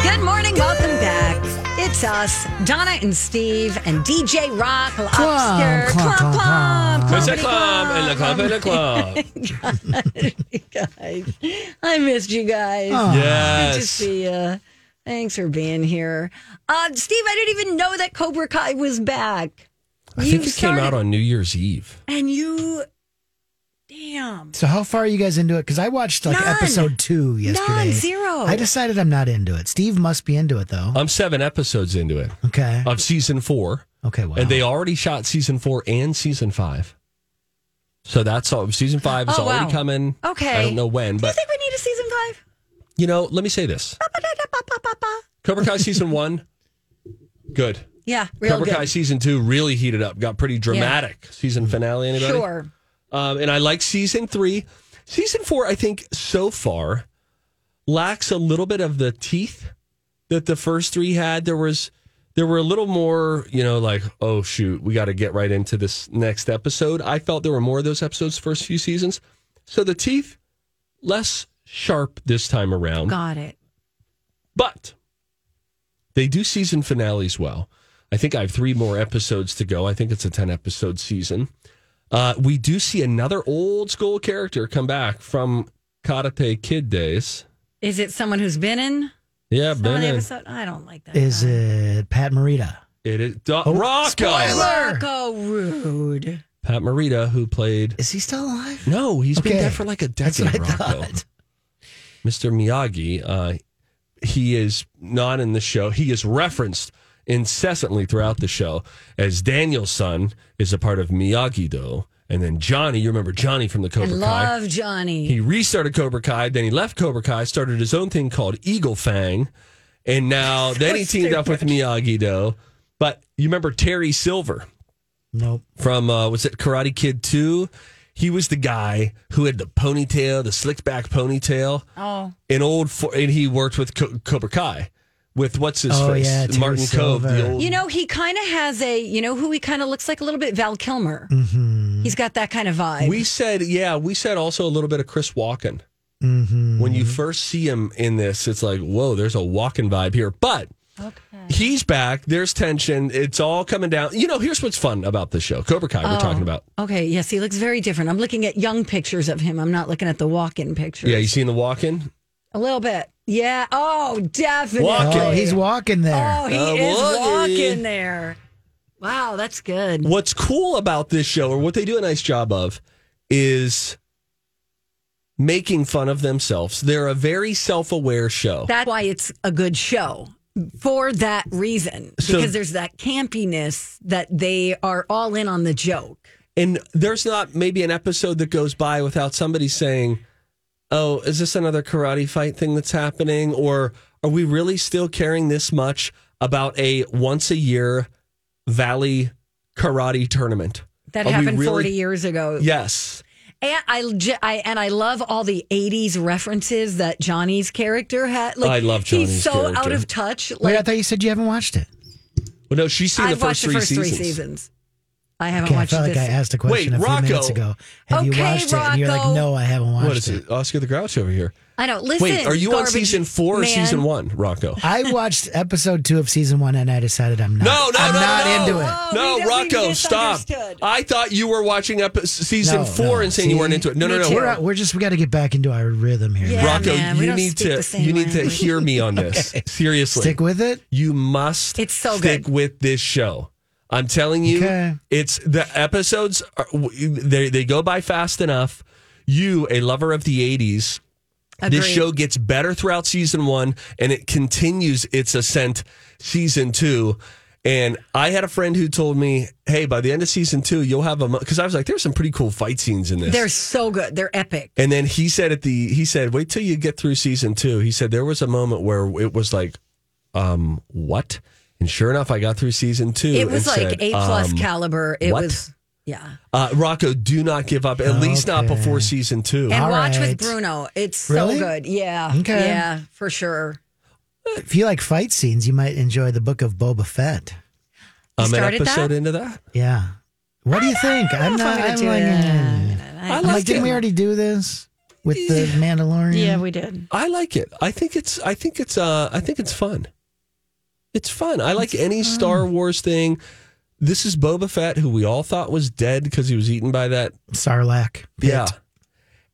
Good morning, welcome back. It's us, Donna and Steve, and DJ Rock, Lobster, Clump, Clump, Clump, It's a Comedy club, and a club, and a club. guys. I missed you guys. Good to yes. see you. Thanks for being here. Uh, Steve, I didn't even know that Cobra Kai was back. I think it came out on New Year's Eve. And you, damn. So how far are you guys into it? Because I watched like None. episode two yesterday. None, zero. I decided I'm not into it. Steve must be into it though. I'm seven episodes into it Okay. of season four, Okay. Wow. Uh, and they already shot season four and season five. So that's all. Season five is Oh, already wow. coming. Okay. I don't know when, Do you but think we need a season five? you know, let me say this: Ba-ba-da-da-ba-ba-ba-ba. Cobra Kai season one, good. Yeah, real Cobra good. Kai season two really heated up, got pretty dramatic. Season finale, anybody? Sure. Um, and I like season three. Season four, I think so far lacks a little bit of the teeth that the first three had. There was there were a little more, you know, like oh shoot, we got to get right into this next episode. I felt there were more of those episodes the first few seasons. So the teeth less sharp this time around. Got it. But they do season finales well. I think I have three more episodes to go. I think it's a 10 episode season. Uh, we do see another old school character come back from Karate Kid days. Is it someone who's been in some Yeah, of the Ben. episode? I don't like that. Is it Pat Morita? It is Du- Oh, Rocco. spoiler! Marco Rude. Pat Morita, who played. Is he still alive? No, he's been Okay. dead for like a That's what decade. I Rocco. thought. Mr. Miyagi, uh, he is not in the show. He is referenced incessantly throughout the show as Daniel's son is a part of Miyagi Do. And then Johnny, you remember Johnny from the I Cobra Kai. love Johnny. He restarted Cobra Kai, then he left Cobra Kai, started his own thing called Eagle Fang. And now, then he teamed up with Miyagi Do. But you remember Terry Silver Nope. from uh, was it Karate Kid Two? He was the guy who had the ponytail, the slicked back ponytail. Oh. an old for, and he worked with Co- Cobra Kai with what's his Oh, face yeah, Terry Martin Cove. The Silver. old, you know, he kind of has a, you know who he kind of looks like? A little bit Val Kilmer. Mm-hmm. He's got that kind of vibe. we said yeah, we said also a little bit of Chris Walken. Mm-hmm. When you first see him in this, it's like whoa, there's a Walken vibe here, but. He's back. There's tension. It's all coming down. You know, here's what's fun about the show. Cobra Kai, Oh. we're talking about. okay, yes, he looks very different. I'm looking at young pictures of him. I'm not looking at the walk in pictures. Yeah, you seen the walk in? A little bit. Yeah. Oh, definitely. Walking. Oh, he's walking there. Oh, he Uh, is walking. walking there. Wow, that's good. what's cool about this show, or what they do a nice job of, is making fun of themselves. They're a very self aware show. That's why it's a good show for that reason because So- there's that campiness that they are all in on the joke. and there's not maybe an episode that goes by without somebody saying, Oh, is this another karate fight thing that's happening? Or are we really still caring this much about a once a year Valley karate tournament? That Are we happened really- 40 years ago. Yes. And I, j- I- and I love all the 80s references that Johnny's character had. Like, I love He's Johnny's so character. out of touch. Wait, I Like, thought you said you haven't watched it. Well, no, she's seen I've the first, watched three, the first seasons. three seasons. I haven't Okay, I watched felt this. like I asked a question Wait, a few minutes Rocco. ago. Have you Okay, watched it? And you're like, Rocco. no, I haven't watched What is it? Oscar the Grouch over here. I know. Listen, Wait, are you on garbage season four or man. season one, Rocco? I watched episode two of season one and I decided I'm not. No, no, I'm no, not no. into it. Whoa. no, Oh, we- we Rocco, stop. misunderstood. I thought you were watching up season No, four no. and saying you See? weren't into it. No, no, Me no. too. We're- We're, out- we're just we got to get back into our rhythm here. Oh. Yeah. Rocco, man, we you don't need speak to the same you need to language. hear me on this. Seriously. Stick with it. you must It's so stick good. with this show. I'm telling you, Okay. it's the episodes are, they they go by fast enough. You, a lover of the 80s, this Agreed. show gets better throughout season 1 and it continues its ascent season 2. And I had a friend who told me, "Hey, by the end of season 2, you'll have a cuz I was like, there's some pretty cool fight scenes in this." They're so good. They're epic. And then he said at the he said, "Wait till you get through season 2." He said there was a moment where it was like um what? And sure enough, I got through season 2 It was and like said, A plus um, caliber. It what? was yeah. uh, Rocco, do not give up. At least not Okay. before season 2. And All watch with right. Bruno. It's Really? so good. Yeah. Okay. Yeah, for sure. If you like fight scenes, you might enjoy the book of Boba Fett. I'm Um, an started that? episode into that. Yeah. What do you think? I'm not. I'm like, eh. I, I'm like, like didn't we it. already do this with the Mandalorian? Yeah, we did. I like it. I think it's I think it's uh I think it's fun. It's fun. I like any Star Wars thing. This is Boba Fett, who we all thought was dead because he was eaten by that Sarlacc. pit. Yeah.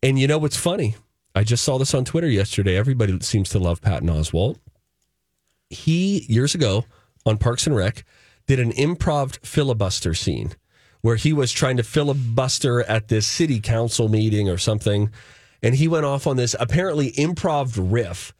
And you know what's funny? I just saw this on Twitter yesterday. Everybody seems to love Patton Oswalt. He years ago on Parks and Rec did an improv filibuster scene where he was trying to filibuster at this city council meeting or something. And he went off on this apparently improv riff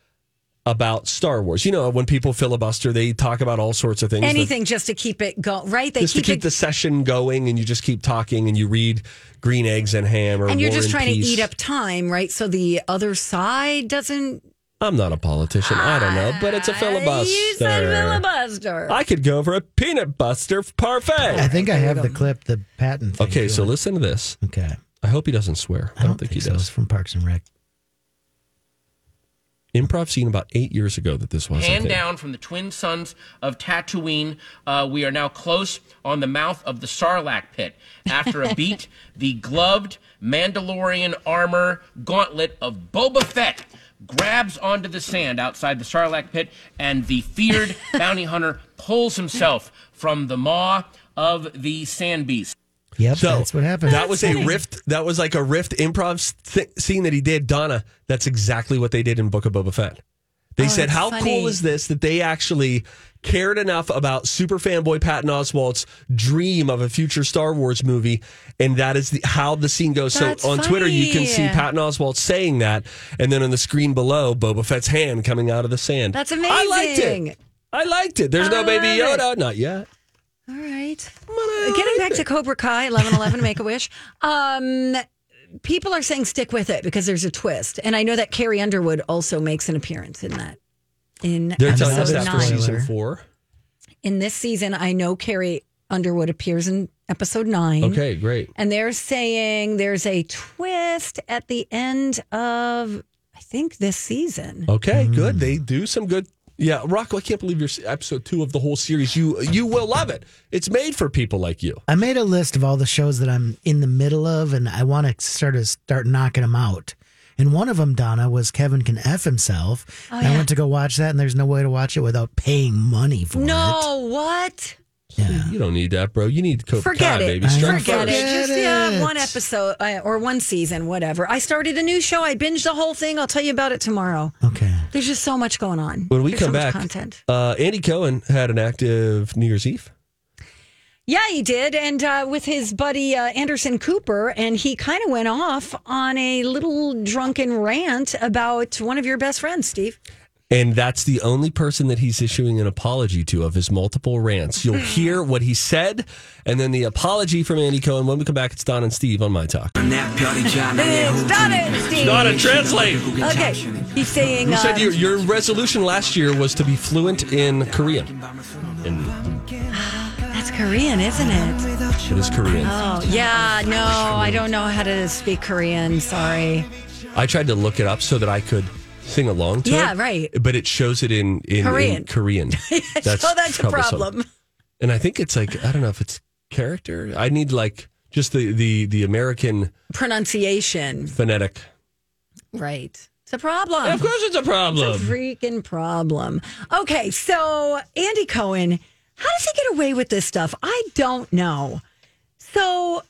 about Star Wars. You know, when people filibuster, they talk about all sorts of things. that- Anything just to keep it going, right? They just to keep it the session going, and you just keep talking, and you read Green Eggs and Ham, or and you're War just trying Peace. to eat up time, right? So the other side doesn't. I'm not a politician. I don't know, but it's a filibuster. Ah, You said filibuster. I could go for a peanut buster I parfait. think I have the clip, the patent. Thing Okay, to so it. listen to this. okay. I hope he doesn't swear. I don't, think, he so. It's does. from Parks and Rec. Improv scene about eight years ago that this was. I Hand think. down from the twin sons of Tatooine, uh, we are now close on the mouth of the Sarlacc pit. After a beat, the gloved Mandalorian armor gauntlet of Boba Fett grabs onto the sand outside the Sarlacc pit, and the feared bounty hunter pulls himself from the maw of the sand beast. Yep, So that's what happened. That was a rift. That was like a rift improv s- thi- scene that he did. Donna, that's exactly what they did in Book of Boba Fett. They Oh, said, that's "How cool funny." is this that they actually cared enough about super fanboy Patton Oswalt's dream of a future Star Wars movie?" And that is the, how the scene goes. That's so on Twitter, you can see funny. Patton Oswalt saying that, and then on the screen below, Boba Fett's hand coming out of the sand. That's I liked amazing. it. I liked it. There's I no Baby love it. Yoda, not yet. All right. Getting back to Cobra Kai, eleven eleven, Make a Wish. Um, people are saying stick with it because there's a twist, and I know that Carrie Underwood also makes an appearance in that. In They're telling episode us that for nine. season four. In this season, I know Carrie Underwood appears in episode Mm-hmm. nine. Okay, great. And they're saying there's a twist at the end of, I think, this season. Okay, good. They do some good. Yeah, Rocco, I can't believe you're se- episode two of the whole series. You you will love it. It's made for people like you. I made a list of all the shows that I'm in the middle of, and I want to sort of start knocking them out. And one of them, Donna, was Kevin Can F Himself. Oh, and I went to go watch that, and there's no way to watch it without paying money for it. No, what? You don't need that, bro. You need Cobra Forget Kai, it. Oh, baby. Strike Forget first. it. Just yeah, Forget one it. episode uh, or one season, whatever. I started a new show. I binged the whole thing. I'll tell you about it tomorrow. Okay. There's just so much going on. When we There's come so much back, content. Uh, Andy Cohen had an active New Year's Eve. Yeah, he did, and uh, with his buddy uh, Anderson Cooper, and he kind of went off on a little drunken rant about one of your best friends, Steve. And that's the only person that he's issuing an apology to of his multiple rants. You'll hear what he said and then the apology from Andy Cohen. When we come back, it's Don and Steve on My Talk. It's done it, Steve. Donna, translate. Okay, he's saying. You said uh, your, your resolution last year was to be fluent in Korean. And That's Korean, isn't it? it is Korean. Oh, yeah. No, I don't know how to speak Korean. Sorry. I tried to look it up so that I could sing along to Yeah, it. right. But it shows it in, in Korean. Korean. In Korean. That's so that's a troublesome. problem. And I think it's like I don't know if it's character. I need like just the the the American Pronunciation, phonetic. right? It's a problem. Of course, it's a problem. It's a freaking problem. Okay, so Andy Cohen, how does he get away with this stuff? I don't know. So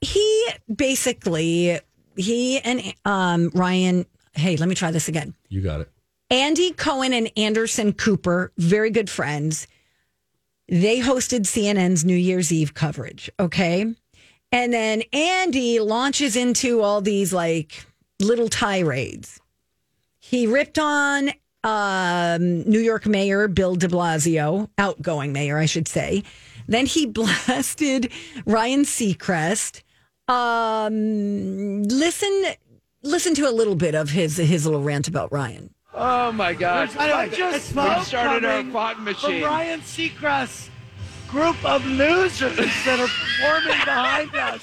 he basically he and um, Ryan. Hey, let me try this again. you got it. Andy Cohen and Anderson Cooper, very good friends. They hosted CNN's New Year's Eve coverage. Okay. And then Andy launches into all these like little tirades. He ripped on um, New York Mayor Bill de Blasio, outgoing mayor, I should say. Then he blasted Ryan Seacrest. Um, listen, listen to a little bit of his his little rant about Ryan. Oh my God! I just we smoke started our coming fog machine. From Ryan Seacrest, group of losers that are performing behind us.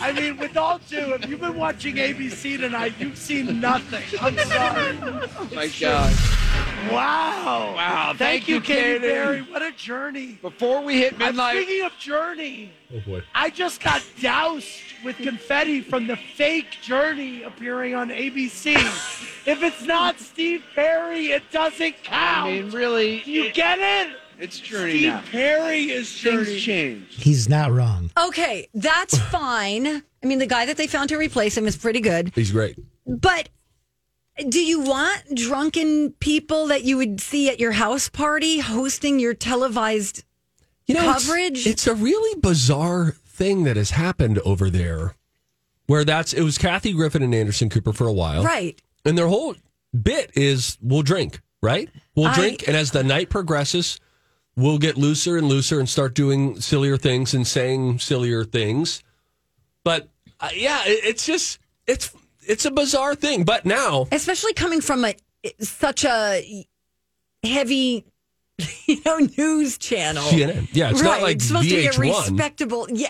I mean, with all due, if you've been watching ABC tonight, you've seen nothing. I'm sorry. Oh my God! Wow. Wow, Thank, thank you, you, Katy Katy. Perry. What a journey. Before we hit And midnight, Speaking of journey, Oh boy. I just got doused with confetti from the fake Journey appearing on ABC. if it's not Steve Perry, it doesn't count. I mean, really, Do you it- get it? it's journey Steve now. Perry is Things Journey. change. He's not wrong. Okay, that's fine. I mean, the guy that they found to replace him is pretty good. He's great. But do you want drunken people that you would see at your house party hosting your televised? you know, it's- coverage. It's, a really bizarre thing that has happened over there, where that's it was Kathy Griffin and Anderson Cooper for a while, Right. And their whole bit is we'll drink, right? We'll I- drink, and as the night progresses, we'll get looser and looser and start doing sillier things and saying sillier things. But uh, yeah, it, it's just it's it's a bizarre thing. But now Especially coming from a such a heavy, you know, news channel. CNN, yeah, it's right. not like it's supposed to be a VH1. respectable. Yeah,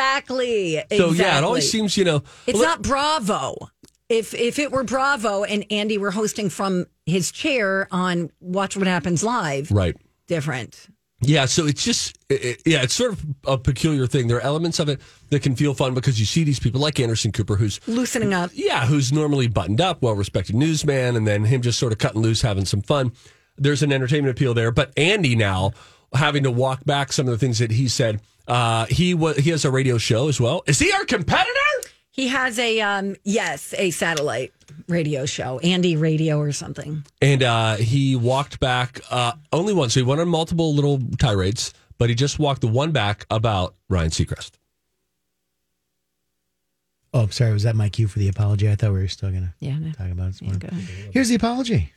exactly. so yeah, it exactly. always seems you know It's well, not Bravo. If if it were Bravo and Andy were hosting from his chair on Watch What Happens Live, right. different. Yeah, so it's just it, it- yeah, it's sort of a peculiar thing. There are elements of it that can feel fun because you see these people like Anderson Cooper, who's Loosening up. yeah, who's normally buttoned up, well-respected newsman, and then him just sort of cutting loose, having some fun. There's an entertainment appeal there, but Andy now having to walk back some of the things that he said. Uh, he was he has a radio show as well. Is he our competitor? He has a um yes, a satellite radio show, Andy Radio or something. And uh, he walked back uh, only once. So he went on multiple little tirades, but he just walked the one back about Ryan Seacrest. Oh, sorry. Was that my cue for the apology? I thought we were still going to Yeah, no. talk about it. Some more. Here's the apology.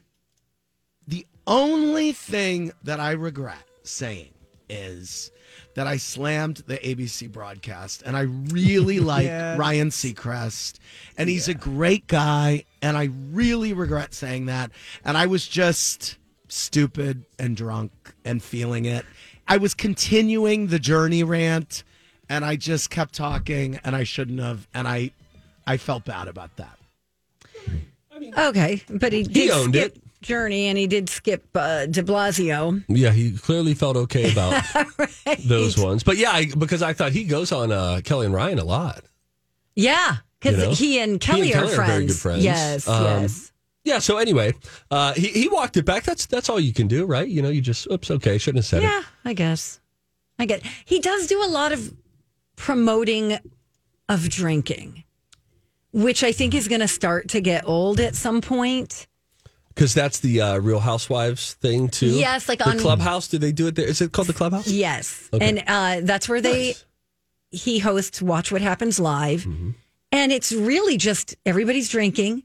The only thing that I regret saying is that I slammed the ABC broadcast and I really like Ryan Seacrest and he's a great guy and I really regret saying that and I was just stupid and drunk and feeling it. I was continuing the journey rant and I just kept talking and I shouldn't have and I I felt bad about that. Okay, but he did owned skip Journey and he did skip uh, De Blasio. Yeah, he clearly felt okay about those ones. But yeah, I, because I thought he goes on uh, Kelly and Ryan a lot. Yeah, because You know? he and Kelly, are, friends. very good friends. Yes, Um, yes. Yeah. So anyway, uh, he he walked it back. That's that's all you can do, right? You know, you just oops, okay, shouldn't have said it. Yeah, I guess. I get. He does do a lot of promoting of drinking, which I think is going to start to get old at some point. Because that's the uh, Real Housewives thing too. Yes, like the on- Clubhouse. Do they do it there? Is it called the Clubhouse? Yes, Okay. and uh, that's where they Nice. Mm-hmm. he hosts Watch What Happens Live, and it's really just everybody's drinking,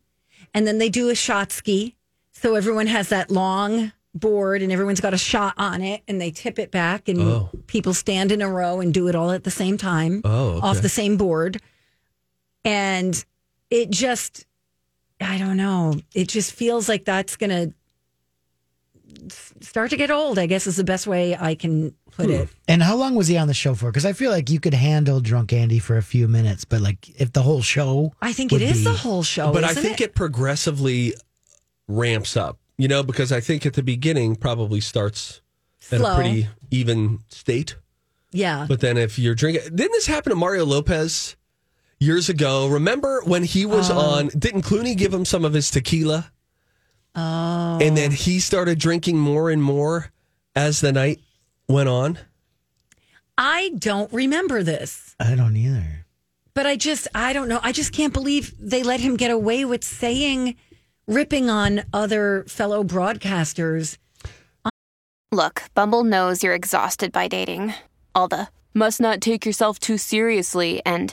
and then they do a shot ski, so everyone has that long board and everyone's got a shot on it and they tip it back and Oh. people stand in a row and do it all at the same time Oh, okay. off the same board and it just i don't know it just feels like that's gonna s- start to get old i guess is the best way i can put Hmm. it And how long was he on the show for? Because I feel like you could handle drunk Andy for a few minutes, but like if the whole show, i think would it is be- the whole show but I isn't think it? it? progressively ramps up. You know, because I think at the beginning probably starts at Slow. a pretty even state. yeah But then if you're drinking, didn't this happen to Mario Lopez? years ago. Remember when he was on? Didn't Clooney give him some of his tequila? Oh. And then he started drinking more and more as the night went on. I don't remember this, I don't either. but I just, I don't know. I just can't believe they let him get away with saying, ripping on other fellow broadcasters. Look, Bumble knows you're exhausted by dating. All the must not take yourself too seriously and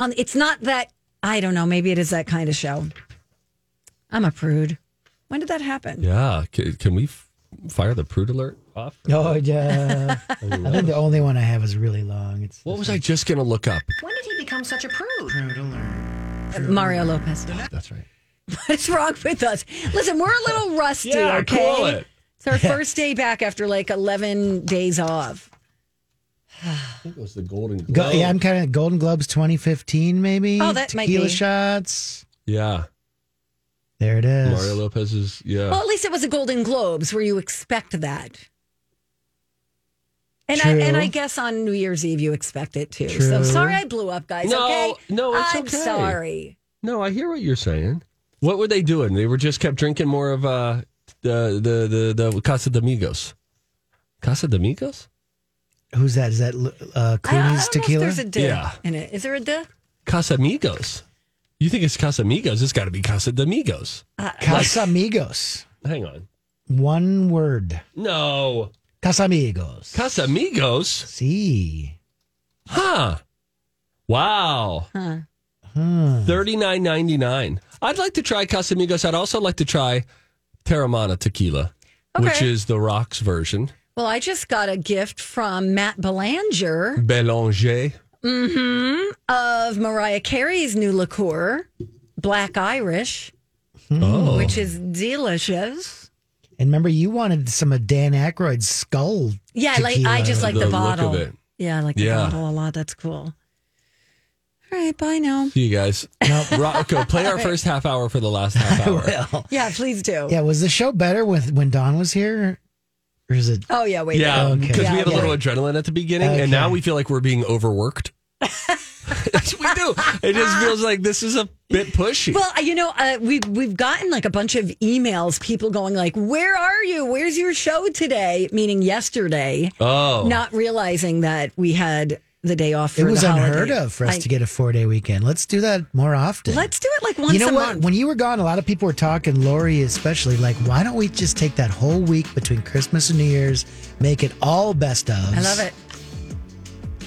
On, it's not that, I don't know, maybe it is that kind of show. I'm a prude. When did that happen? Yeah. Can, can we f- fire the prude alert off? Oh yeah. I think the only one I have is really long. It's What was I just going to look up? When did he become such a prude? Mario Lopez. That's right. What's wrong with us? Listen, we're a little rusty, Yeah, okay? call it. It's our first day back after like 11 days off. I think it was the Golden Globe. Go, yeah, I'm kind of Golden Globes 2015 maybe. Oh, that might Tequila be. shots. Yeah. There it is. Mario Lopez's. Yeah. Well, at least it was the Golden Globes where you expect that. And I, True. and I guess on New Year's Eve you expect it too. So True. sorry I blew up, guys. No, okay? no, it's I'm okay. sorry. No, I hear what you're saying. What were they doing? They were just kept drinking more of uh, the, the the the Casa de Migos. Casa de Migos? Who's that? Is that uh, Clooney's I, I don't know if tequila? there's a duh Yeah. in it. Is there a duh? Casamigos. You think it's Casamigos? It's got to be Casa de Migos. Casamigos. Hang on. One word. No, Casamigos. Casamigos. See. Huh. Wow. Huh. Thirty nine ninety nine. I'd like to try Casamigos. I'd also like to try Terramana Tequila, which Okay. is the Rocks version. Well, I just got a gift from Matt Belanger mm-hmm, Belanger. of Mariah Carey's new liqueur, Black Irish, Oh, which is delicious. And remember, you wanted some of Dan Aykroyd's skull. Yeah, I like I tequila. just like the, The look of bottle. it. Yeah, I like the Yeah. bottle a lot. That's cool. All right, bye now. see you guys. Rocco, play our first half hour for the last half hour. Yeah, please do. Yeah, was the show better with when Don was here, or is it? Oh yeah, wait. Yeah, Okay. because we have a Yeah, little adrenaline at the beginning, and Okay. now we feel like we're being overworked. we do. It just feels like this is a bit pushy. Well, uh, you know, uh, we've we've gotten like a bunch of emails, people going like, "Where are you? Where's your show today?" Meaning yesterday, oh, not realizing that we had the day off. For It was the holiday. unheard of for us I- to get a four day weekend. Let's do that more often. Let's do it like once you know a what? month. When you were gone, a lot of people were talking, Lori especially, like, why don't we just take that whole week between Christmas and New Year's, make it all best of? I love it.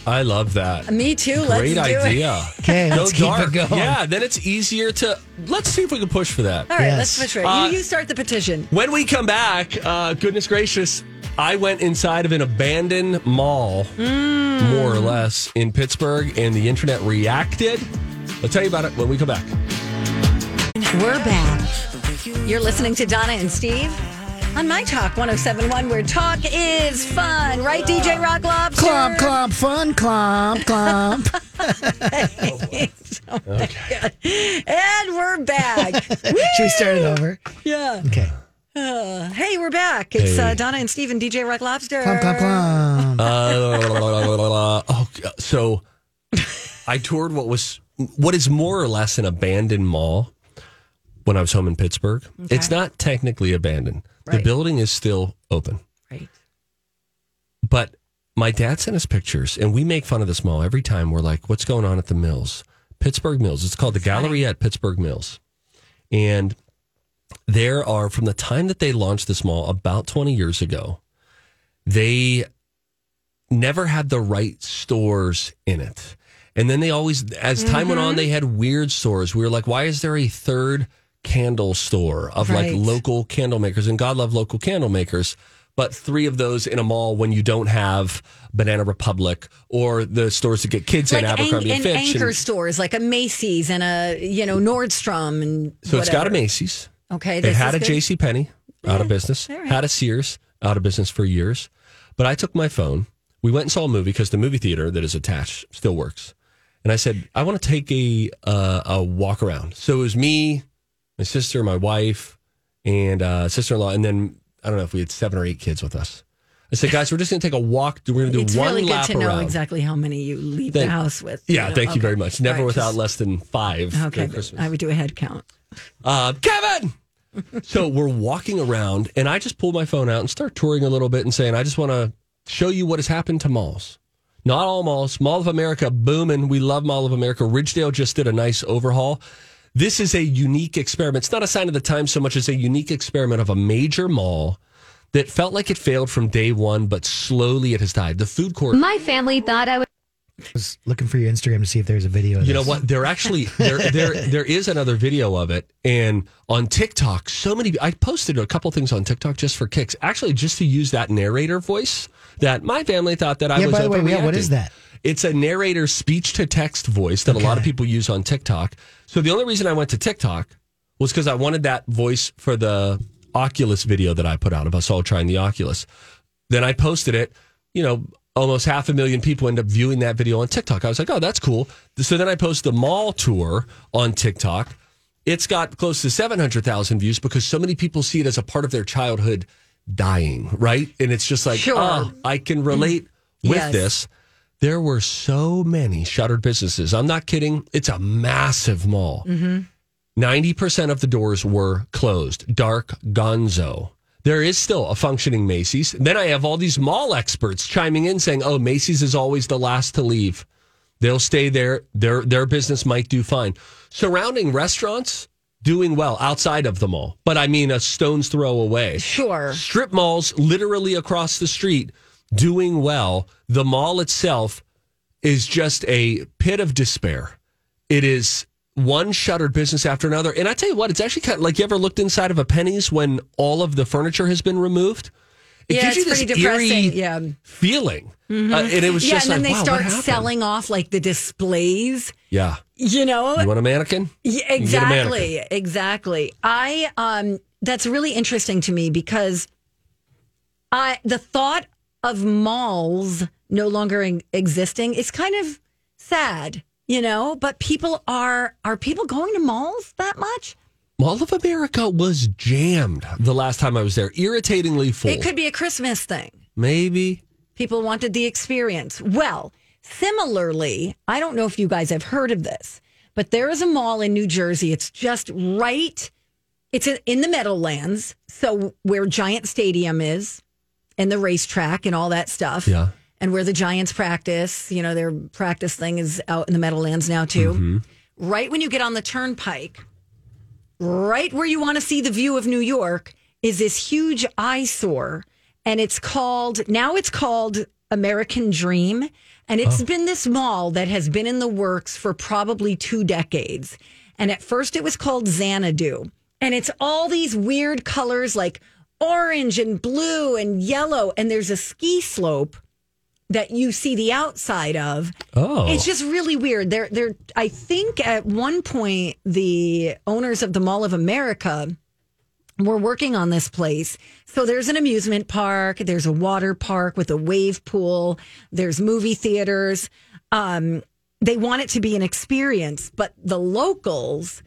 I love that. Me too. Let's Great do it. idea. Okay, let's keep dark. it going. Yeah, then it's easier to. Let's see if we can push for that. All right, Yes. let's switch. Right, Uh, you, you start the petition. When we come back, uh, goodness gracious, I went inside of an abandoned mall, more or less, in Pittsburgh, and the internet reacted. I'll tell you about it when we come back. We're back. You're listening to Donna and Steve on My Talk 1071, where talk is fun. Right, DJ Rock Lobster? Clomp, clomp, fun, clomp, clomp. And we're back. Should we start it over? yeah. Okay. Uh, hey, we're back. It's uh, Donna and Steve and DJ Rock Lobster. Clomp, clomp, clomp. Uh, oh, so I toured what was what is more or less an abandoned mall when I was home in Pittsburgh. It's not technically abandoned. The Right. building is still open. Right. But my dad sent us pictures and we make fun of this mall every time. We're like, what's going on at the mills? Pittsburgh Mills. It's called the Gallery at Pittsburgh Mills. And there are, from the time that they launched this mall about 20 years ago, they never had the right stores in it. And then they always, as time went on, Mhm. they Mm-hmm. had weird stores. We were like, why is there a third candle store of Right. like local candle makers? And God love local candle makers. But three of those in a mall when you don't have Banana Republic or the stores that get kids in like Abercrombie an, and an Fitch. and- anchor stores, like a Macy's and a you know Nordstrom, and so it's got a whatever. Macy's. Okay, It this had is a good. J.C. Penney out of business. Had a Sears out of business for years. But I took my phone. We went and saw a movie because the movie theater that is attached still works. And I said, I want to take a uh, a walk around. So it was me, my sister, my wife, and uh, sister in law, and then I don't know if we had seven or eight kids with us. I said, guys, we're just going to take a walk. We're going to do It's one really good lap to know around. exactly how many you leave the Thank- house with. Yeah, know, thank okay. you very much. Never Right, without just- less than five. Okay, during Christmas. I would do a head count. Uh, Kevin. so we're walking around, and I just pull my phone out and start touring a little bit and saying, I just want to show you what has happened to malls. Not all malls. Mall of America booming. We love Mall of America. Ridgedale just did a nice overhaul. This is a unique experiment. It's not a sign of the time so much as a unique experiment of a major mall that felt like it failed from day one, but slowly it has died. The food court. My family thought I would. I was looking for your Instagram to see if there's a video. Of You know this. what? There actually there there there is another video of it, and on TikTok, so many. I posted a couple things on TikTok just for kicks, actually, just to use that narrator voice that my family thought that I Yeah, was. by the way, yeah, what overreacting. is that? It's a narrator speech to text voice that a lot of people use on TikTok. So the only reason I went to TikTok was because I wanted that voice for the Oculus video that I put out of us all trying the Oculus. Then I posted it. You know, almost half a million people end up viewing that video on TikTok. I was like, oh, that's cool. So then I post the mall tour on TikTok. It's got close to 700,000 views because so many people see it as a part of their childhood dying, right? And it's just like, Sure. oh, I can relate with Mm. Yes. this. There were so many shuttered businesses. I'm not kidding. It's a massive mall. Mm-hmm. 90% of the doors were closed. Dark gonzo. There is still a functioning Macy's. Then I have all these mall experts chiming in saying, "Oh, Macy's is always the last to leave. They'll stay there. Their their business might do fine." Surrounding restaurants doing well outside of the mall, but I mean a stone's throw away. Sure. Strip malls literally across the street doing well. The mall itself is just a pit of despair. It is one shuttered business after another. And I tell you what, it's actually kind of like you ever looked inside of a penny's when all of the furniture has been removed? It yeah, gives you it's this pretty depressing. eerie yeah. feeling. Mhm. Uh, and it was yeah, just and then like, they wow, what start happened? selling off like the displays. Yeah. You know, You want a mannequin? Yeah, You get a mannequin. exactly, exactly. I um that's really interesting to me because I the thought of malls no longer in, existing is kind of sad, you know, but people are are people going to malls that much? Mall of America was jammed the last time I was there, irritatingly full. It could be a Christmas thing. Maybe. People wanted the experience. Well, similarly, I don't know if you guys have heard of this, but there is a mall in New Jersey. It's just right, it's in- in the Meadowlands. So, where Giant Stadium is and the racetrack and all that stuff. Yeah. And where the Giants practice, you know, their practice thing is out in the Meadowlands now, too. Right when you get on the turnpike, right where you want to see the view of New York is this huge eyesore. And it's called, now it's called American Dream. And it's Oh. been this mall that has been in the works for probably two decades. And at first it was called Xanadu. And it's all these weird colors like orange and blue and yellow. And there's a ski slope that you see the outside of. Oh. It's just really weird. They're they're I think at one point the owners of the Mall of America were working on this place. So there's an amusement park, there's a water park with a wave pool, there's movie theaters. Um they want it to be an experience, but the locals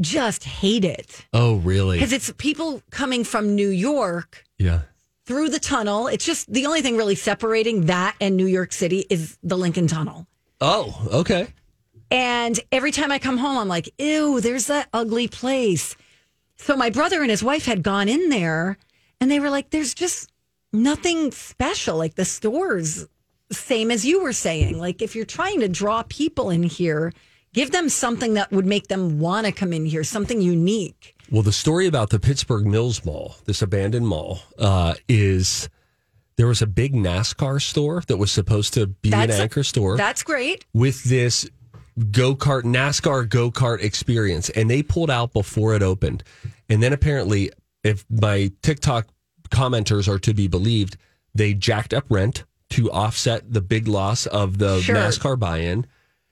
just hate it Oh, really? because it's people coming from New York yeah. through the tunnel. It's just the only thing really separating that and New York City is the Lincoln Tunnel. Oh, okay. And every time I come home, I'm like, ew, there's that ugly place. So my brother and his wife had gone in there and they were like, there's just nothing special. Like the stores, same as you were saying. Like if you're trying to draw people in here, give them something that would make them want to come in here, something unique. Well, the story about the Pittsburgh Mills Mall, this abandoned mall, uh, is there was a big NASCAR store that was supposed to be That's- an anchor store. That's great. with this go kart NASCAR go kart experience, and they pulled out before it opened. And then apparently, if my TikTok commenters are to be believed, they jacked up rent to offset the big loss of the Sure. NASCAR buy-in,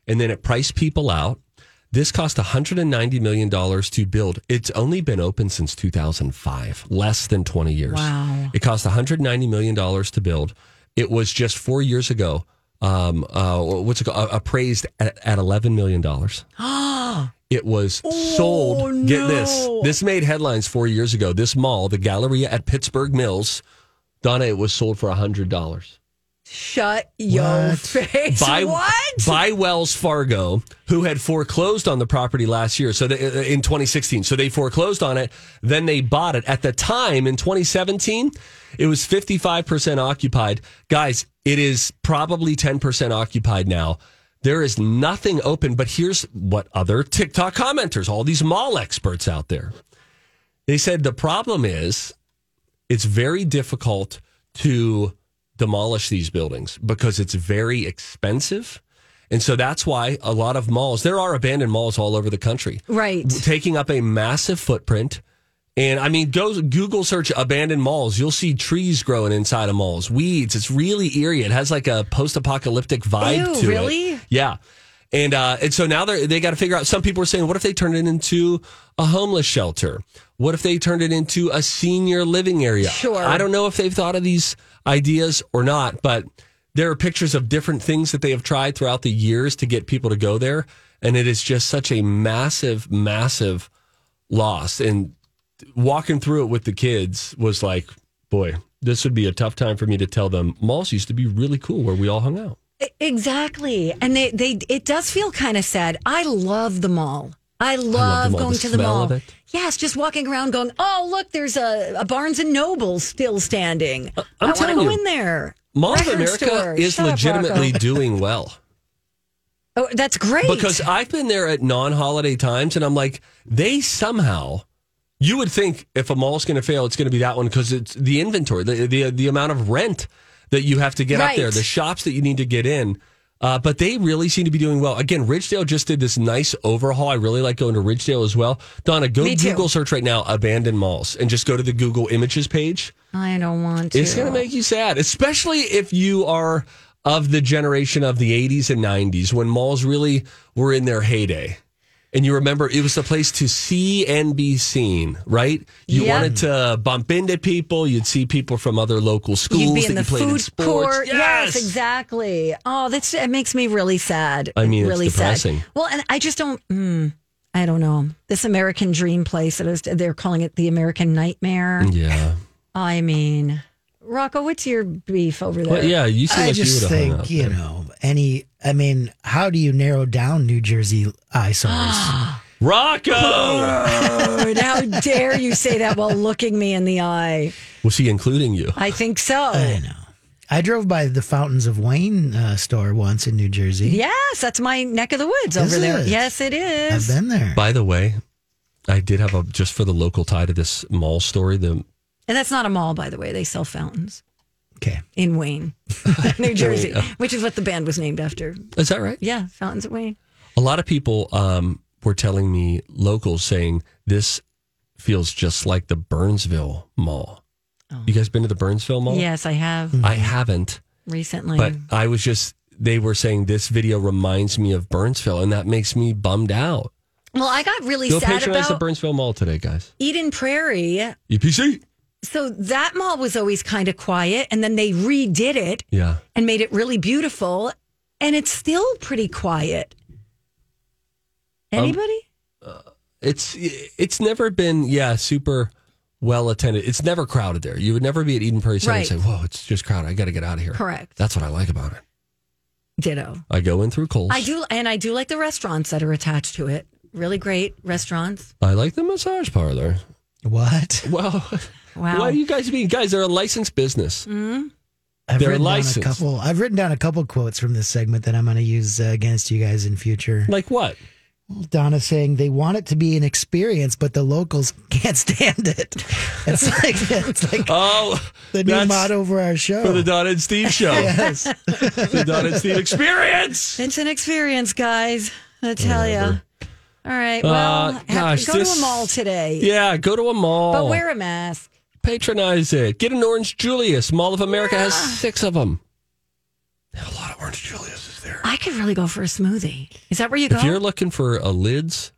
and then it priced people out. This cost 190 million dollars to build. It's only been open since 2005, less than 20 years. Wow. It cost 190 million dollars to build. It was just four years ago. Um, uh, what's it called? Uh, appraised at, at 11 million dollars. Ah. It was sold. Get this. This made headlines four years ago. This mall, the Galleria at Pittsburgh Mills, Donna, it was sold for hundred dollars Shut your face. by what? by Wells Fargo, who had foreclosed on the property last year. So they, uh, in 2016, so they foreclosed on it, then they bought it. At the time in 2017, it was 55 percent occupied. Guys, it is probably 10 percent occupied now. There is nothing open. But here's what other TikTok commenters, all these mall experts out there, they said the problem is it's very difficult to demolish these buildings because it's very expensive. And so that's why a lot of malls, there are abandoned malls all over the country, Right. taking up a massive footprint. And I mean, go Google search abandoned malls. You'll see trees growing inside of malls, weeds. It's really eerie. It has like a post apocalyptic vibe Ew, to it. really? Yeah. And uh, and so now they they got to figure out. Some people are saying, what if they turned it into a homeless shelter? What if they turned it into a senior living area? Sure. I don't know if they've thought of these ideas or not, but there are pictures of different things that they have tried throughout the years to get people to go there, and it is just such a massive, massive loss. And walking through it with the kids was like, boy, this would be a tough time for me to tell them. Malls used to be really cool where we all hung out. E, Exactly. And they, they it does feel kind of sad. I love the mall. I love, the mall, going the to the smell mall. of it. Yes, just walking around going, oh, look, there's a, a Barnes and Noble still standing. Uh, I'm I want to telling go you, in there. Mall of Record America store. is Shut up, legitimately Rocco. doing well Oh, that's great. because I've been there at non-holiday times, and I'm like, they somehow. You would think if a mall's going to fail, it's going to be that one because it's the inventory, the, the the amount of rent that you have to get up there, Right. the shops that you need to get in. Uh, but they really seem to be doing well. Again, Ridgedale just did this nice overhaul. I really like going to Ridgedale as well. Donna, go Me too. Google search right now abandoned malls and just go to the Google Images page. I don't want to. It's going to make you sad, especially if you are of the generation of the 80s and 90s when malls really were in their heyday. And you remember it was the place to see and be seen, right? You Yeah. wanted to bump into people. You'd see people from other local schools You'd be in that the you played in food sports. court. Yes. Yes! exactly. Oh, that's it makes me really sad. I mean, it's really depressing. sad. Well, and I just don't. Mm, I don't know this American dream place. It is, they're calling it the American nightmare. Yeah. I mean, Rocco, what's your beef over there? Well, yeah, you seem I like you just would have hung think out you there. know any. I mean, how do you narrow down New Jersey eyesores? Rocco! Dude, how dare you say that while looking me in the eye? Was he including you? I think so. I know. I drove by the Fountains of Wayne uh, store once in New Jersey. Yes, that's my neck of the woods Is over there. it? Yes, it I've is. been there. By the way, I did have a just for the local tie to this mall story. The And that's not a mall, by the way. They sell fountains. Okay. In Wayne, New Jersey, Yeah. which is what the band was named after. Is that right? Yeah, Fountains at Wayne. A lot of people um, were telling me locals saying this feels just like the Burnsville Mall. Oh. You guys been to the Burnsville Mall? Yes, I have I haven't, recently. but I was just they were saying this video reminds me of Burnsville, and that makes me bummed out. well, I got really Go sad patronize the about Burnsville Mall today, guys. E Eden Prairie. EPC. So that mall was always kind of quiet, and then they redid it Yeah. and made it really beautiful, and it's still pretty quiet. Um, Anybody? It's it's never been yeah super well attended. It's never crowded there. You would never be at Eden Prairie Center and say, Right. "Whoa, it's just crowded. I got to get out of here." Correct. That's what I like about it. Ditto. I go in through Coles. I do, and I do like the restaurants that are attached to it. Really great restaurants. I like the massage parlor. What? Well, Wow. Why do you guys mean guys? They're a licensed business. Mm. I've They're written licensed. down a couple. I've written down a couple quotes from this segment that I'm going to use uh, against you guys in future. Like what? Donna saying they want it to be an experience, but the locals can't stand it. It's like it's like oh, the new that's motto for our show. for the Don and Steve show. Yes. the Don and Steve experience. It's an experience, guys. I tell you. All right. Well, Uh, have- gosh, go to this- a mall today. Yeah, go to a mall. But wear a mask. patronize it. Get an Orange Julius. Mall of America has six of them. I could really go for a smoothie. Is that where you go? If you're looking for a lids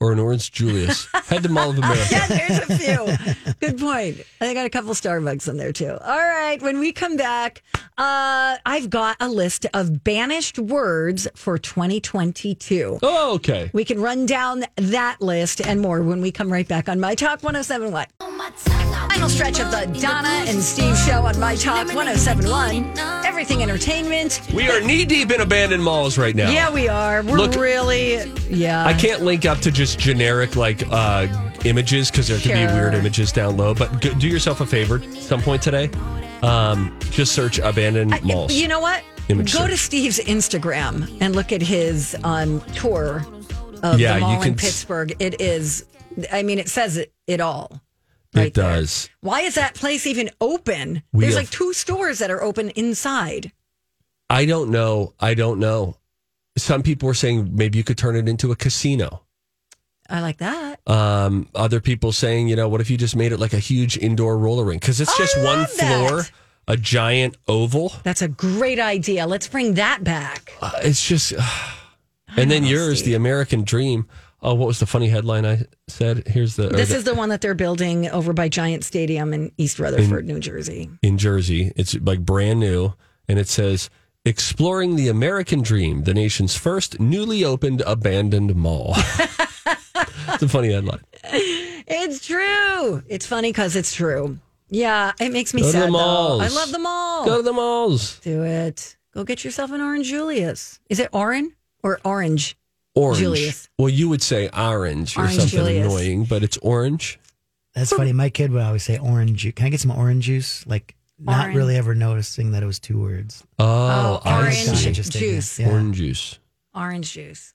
or an Orange Julius, head to Mall of America. yeah, there's a few. Good point. I got a couple Starbucks in there too. All right. When we come back, uh, I've got a list of banished words for 2022. Oh, okay. We can run down that list and more when we come right back on My Talk 1071. Final stretch of the Donna and Steve show on My Talk 1071. Everything entertainment. We are knee deep in abandoned malls right now. Yeah, we are. We're Look- really, yeah. I can't link up to just generic like uh, images because there could be Sure. weird images down low. But g- do yourself a favor, some point today, um, just search abandoned malls. You know what? Image Go to search. Steve's Instagram and look at his um, tour of Yeah, the you mall in can s- Pittsburgh. It is, I mean, it says it, it all. it does. Why is that place even open? We There's have- like two stores that are open inside. I don't know. I don't know. Some people were saying maybe you could turn it into a casino. I like that. Um, other people saying, you know, what if you just made it like a huge indoor roller rink? Because it's just one love that. floor, a giant oval. That's a great idea. Let's bring that back. Uh, it's just, and then yours, the American dream. Oh, what was the funny headline I said? Here's the. or This the- is the one that they're building over by Giant Stadium in East Rutherford, New Jersey. in Jersey. It's like brand new, and it says exploring the American dream, the nation's first newly opened abandoned mall. it's a funny headline. It's true. It's funny because it's true. Yeah, it makes me Go to the sad. though. malls. I love them all. Go to the malls. Do it. Go get yourself an orange Julius. Is it orange or orange? Orange. Julius. Well, you would say orange or Orange something Julius. annoying, but it's orange. That's funny. My kid would always say orange juice. Can I get some orange juice? Like not Orange. really ever noticing that it was two words. Oh, Oh, I orange see. Donna just did that. juice. Yeah. Orange juice. Orange juice.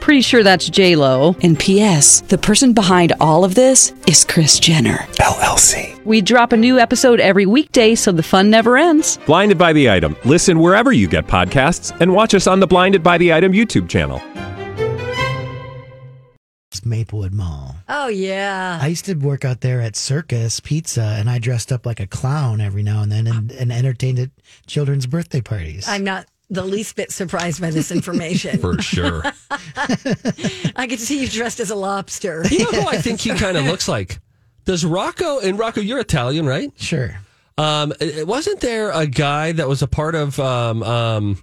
Pretty sure that's J Lo. And P.S. The person behind all of this is Chris Jenner LLC. We drop a new episode every weekday, so the fun never ends. Blinded by the item. Listen wherever you get podcasts, and watch us on the Blinded by the Item YouTube channel. Maplewood Mall. Oh yeah. I used to work out there at Circus Pizza, and I dressed up like a clown every now and then, and, and entertained at children's birthday parties. I'm not the least bit surprised by this information. For sure. I could see you dressed as a lobster. You know who I think he kind of looks like? Does Rocco and Rocco? You're Italian, right? Sure. Um, it- wasn't there a guy that was a part of um, um,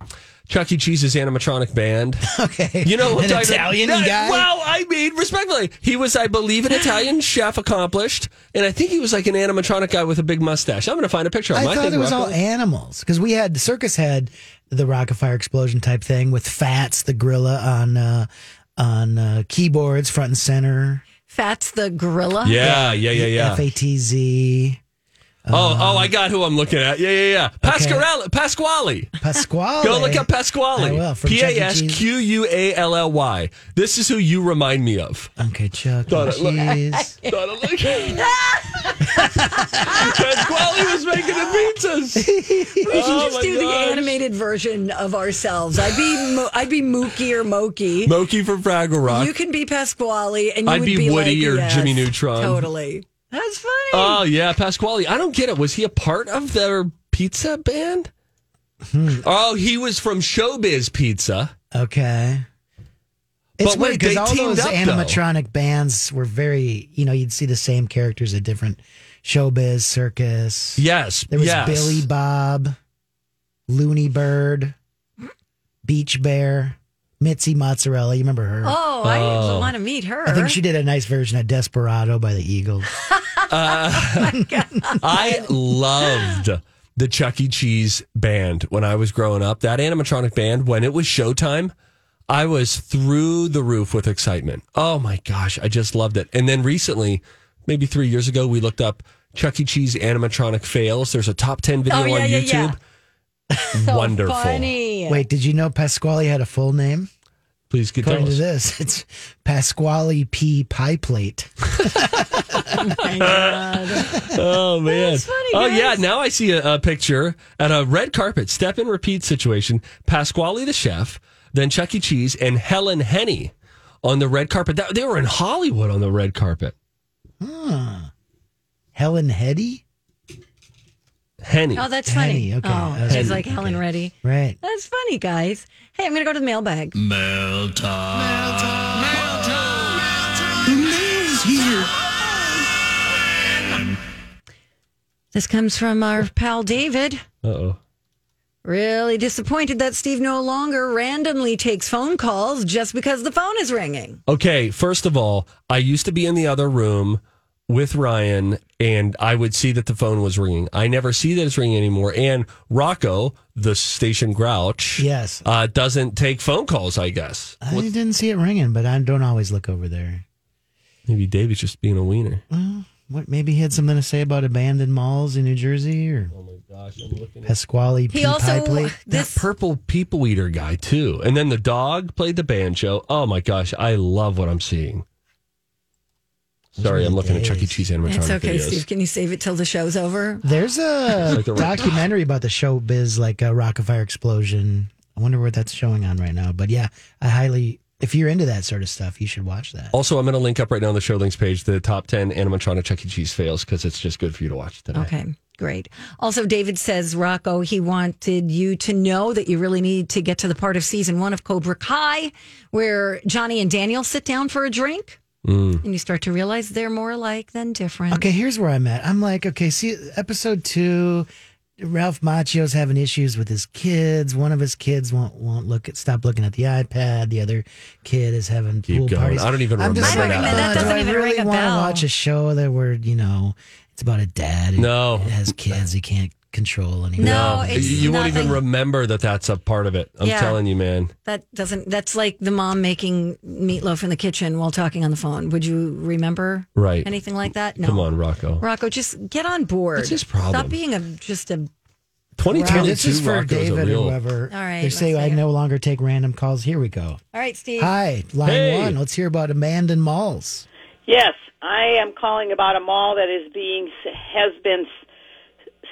Chuck E. Cheese's animatronic band? Okay, You know, an what I'm talking about? Italian Yeah, guy. Well, I mean, respectfully, he was, I believe, an Italian chef, accomplished, and I think he was like an animatronic guy with a big mustache. I'm going to find a picture of I him. thought think it was all Rocco- animals because we had the circus had the rocket fire explosion type thing with Fats the gorilla on uh, on uh, keyboards front and center. Fats the gorilla. Yeah, yeah, yeah, yeah. F A T Z oh, oh, I got who I'm looking at. Yeah, yeah, yeah. Pasquale. Pasquale. Pasquale. Go look up Oh, I will, Pasquale. from Chuck E. P A S Cheese. Q U A L L Y. This is who you remind me of. Okay, Chuck. Thought E. it looked- Cheese. Donna, look. Pasquale was making the pizzas. We should Oh, just my do the gosh. animated version of ourselves. I'd be Mo- I'd be Mookie or Mokey. Moki from Fraggle Rock. You can be Pasquale, and you I'd would be Woody like, or yes, Jimmy Neutron. Totally. That's funny. Oh yeah, Pasquale. I don't get it. Was he a part of their pizza band? Hmm. Oh, he was from Showbiz Pizza. Okay. It's But weird wait, because they all teamed those up, though. animatronic bands were very, you know, you'd see the same characters at different showbiz, circus. Yes. There was yes. Billy Bob, Looney Bird, Beach Bear, Mitzi Mozzarella. You remember her? Oh, I Oh. want to meet her. I think she did a nice version of Desperado by the Eagles. I loved the Chuck E. Cheese band when I was growing up. That animatronic band, when it was showtime, I was through the roof with excitement. Oh my gosh, I just loved it. And then recently, maybe three years ago, we looked up Chuck E. Cheese animatronic fails. There's a top 10 video Oh, yeah, on yeah, YouTube. yeah. Wonderful. funny. Wait, did you know Pasquale had a full name? Please get According tell to us. this, it's Pasquale P. Pie Plate. Uh, oh man! oh yeah! Now I see a, a picture at a red carpet step and repeat situation. Pasquale the chef, then Chuck E. Cheese, and Helen Henny on the red carpet. That, they were in Hollywood on the red carpet. Huh. Helen Hetty? Henny. Oh, that's funny. Henny, okay. I Oh, was she's like, like Helen Reddy. Right. That's funny, guys. Hey, I'm going to go to the mailbag. Mail time. This comes from our pal David. Uh oh. Really disappointed that Steve no longer randomly takes phone calls just because the phone is ringing. Okay, first of all, I used to be in the other room with Ryan and I would see that the phone was ringing. I never see that it's ringing anymore. And Rocco, the station grouch, Yes. uh, doesn't take phone calls, I guess. I didn't see it ringing, but I don't always look over there. Maybe David's just being a wiener. Well, what, maybe he had something to say about abandoned malls in New Jersey or Oh Pasquale P. He also- Pie Plate. that purple people eater guy too. And then the dog played the banjo. Oh my gosh, I love what I'm seeing. Sorry, I'm looking at Chuck E. Cheese animatronic It's okay, videos. Steve. Can you save it till the show's over? There's a Like the right- documentary about the showbiz, like a rocket fire explosion. I wonder where that's showing on right now. But yeah, I highly, if you're into that sort of stuff, you should watch that. Also, I'm going to link up right now on the show links page the top 10 animatronic Chuck E. Cheese fails because it's just good for you to watch today. Okay, great. Also, David says, Rocco, he wanted you to know that you really need to get to the part of season one of Cobra Kai where Johnny and Daniel sit down for a drink Mm. and you start to realize they're more alike than Mm-hmm. different. Okay, here's where I'm at. I'm like, okay, see, episode two, Ralph Macchio's having issues with his kids. One of his kids won't won't look at stop looking at the iPad. The other kid is having Keep pool going. parties. I don't even I'm just remember that. like, I don't even- that uh, do doesn't I even really ring a wanna bell. watch a show that where you know it's about a dad who No. has kids he can't control anymore. you you won't even remember that that's a part of it. I'm Yeah. telling you, man. That doesn't, that's like the mom making meatloaf in the kitchen while talking on the phone. Would you remember Right. anything like that? No. Come on, Rocco. Rocco, just get on board. That's his problem. Stop being a just a. Wow, this 2022 is for Rocco's a David or real. whoever. All right, They let's say I no longer take random calls. Here we go. All right, Steve. Hi, line Hey. one. Let's hear about Amanda Malls. Yes, I am calling about a mall that is being has been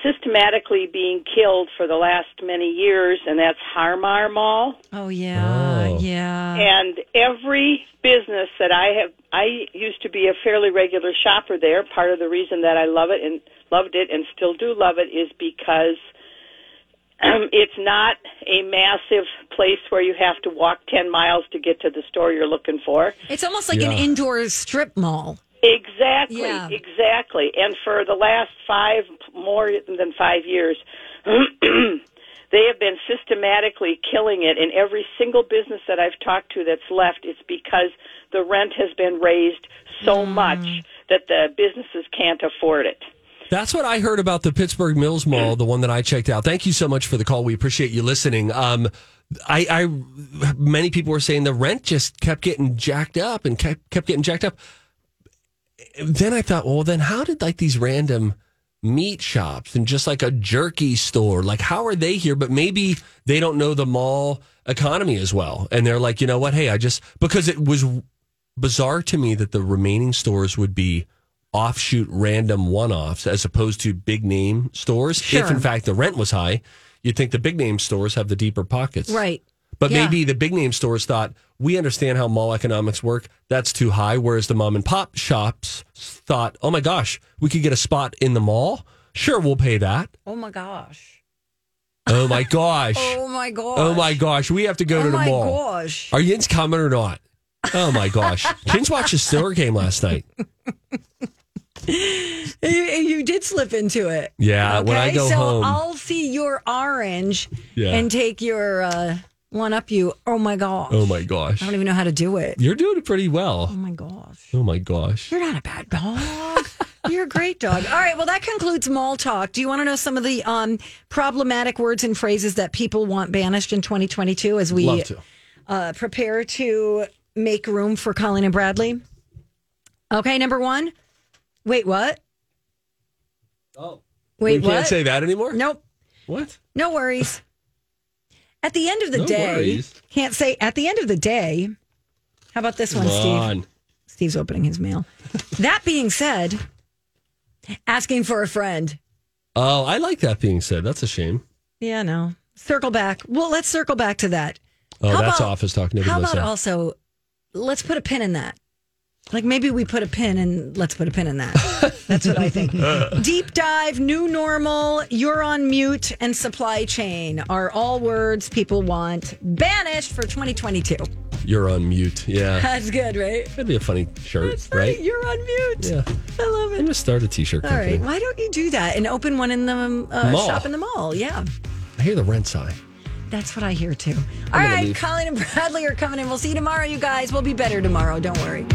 systematically being killed for the last many years, and that's Harmar Mall. Oh yeah, yeah. And every business that I have, I used to be a fairly regular shopper there. Part of the reason that I love it and loved it and still do love it is because um, it's not a massive place where you have to walk 10 miles to get to the store you're looking for. It's almost like an Yeah. indoor strip mall. Exactly, Yeah. exactly. And for the last five, more than five years, they have been systematically killing it. And every single business that I've talked to that's left, it's because the rent has been raised so much that the businesses can't afford it. That's what I heard about the Pittsburgh Mills Mall, the one that I checked out. Thank you so much for the call. We appreciate you listening. Um, I, I, many people were saying the rent just kept getting jacked up and kept kept getting jacked up. Then I thought, well, then how did like these random meat shops and just like a jerky store, like how are they here? But maybe they don't know the mall economy as well, and they're like, you know what? Hey, I just because it was bizarre to me that the remaining stores would be offshoot random one-offs as opposed to big name stores. If Sure. in fact the rent was high, you'd think the big name stores have the deeper pockets. Right. But Yeah. maybe the big name stores thought, we understand how mall economics work. That's too high. Whereas the mom and pop shops thought, oh my gosh, we could get a spot in the mall. Sure, we'll pay that. Oh my gosh. Oh my gosh. Oh my gosh. Oh my gosh. We have to go Oh to the my mall. gosh. Are Yins coming or not? Oh my gosh. Kins watched a Steeler game last night. You, you did slip into it. Yeah, when I go so home. I'll see your orange Yeah. and take your uh, one up you. Oh my gosh. Oh my gosh. I don't even know how to do it. You're doing it pretty well. Oh my gosh. Oh my gosh. You're not a bad dog. You're a great dog. All right. Well, that concludes mall talk. Do you want to know some of the um, problematic words and phrases that people want banished in 2022 as we Love to. Uh, prepare to make room for Colin and Bradley. Okay, number one. Wait, what? Oh. Wait, we can't what? say that anymore. Nope. What? No worries. At the end of the No day, worries. can't say at the end of the day. How about this one, Come Steve? on. Steve's opening his mail. that being said, asking for a friend. Oh, I like that being said. That's a shame. Yeah, no. Circle back. Well, let's circle back to that. Oh, How that's about- office talk. Nobody How knows about that. also, let's put a pin in that. Like maybe we put a pin and let's put a pin in that. That's what I think. Deep dive, new normal, you're on mute, and supply chain are all words people want banished for 2022. You're on mute. Yeah. That's good, right? That'd be a funny shirt, right? You're on mute. Yeah. I love it. Just start a t-shirt All company. right. Why don't you do that and open one in the um, uh, Mall. shop in the mall? Yeah. I hear the rent's high. That's what I hear too. I'm All gonna right, leave. Colin and Bradley are coming in. We'll see you tomorrow, you guys. We'll be better tomorrow. Don't worry.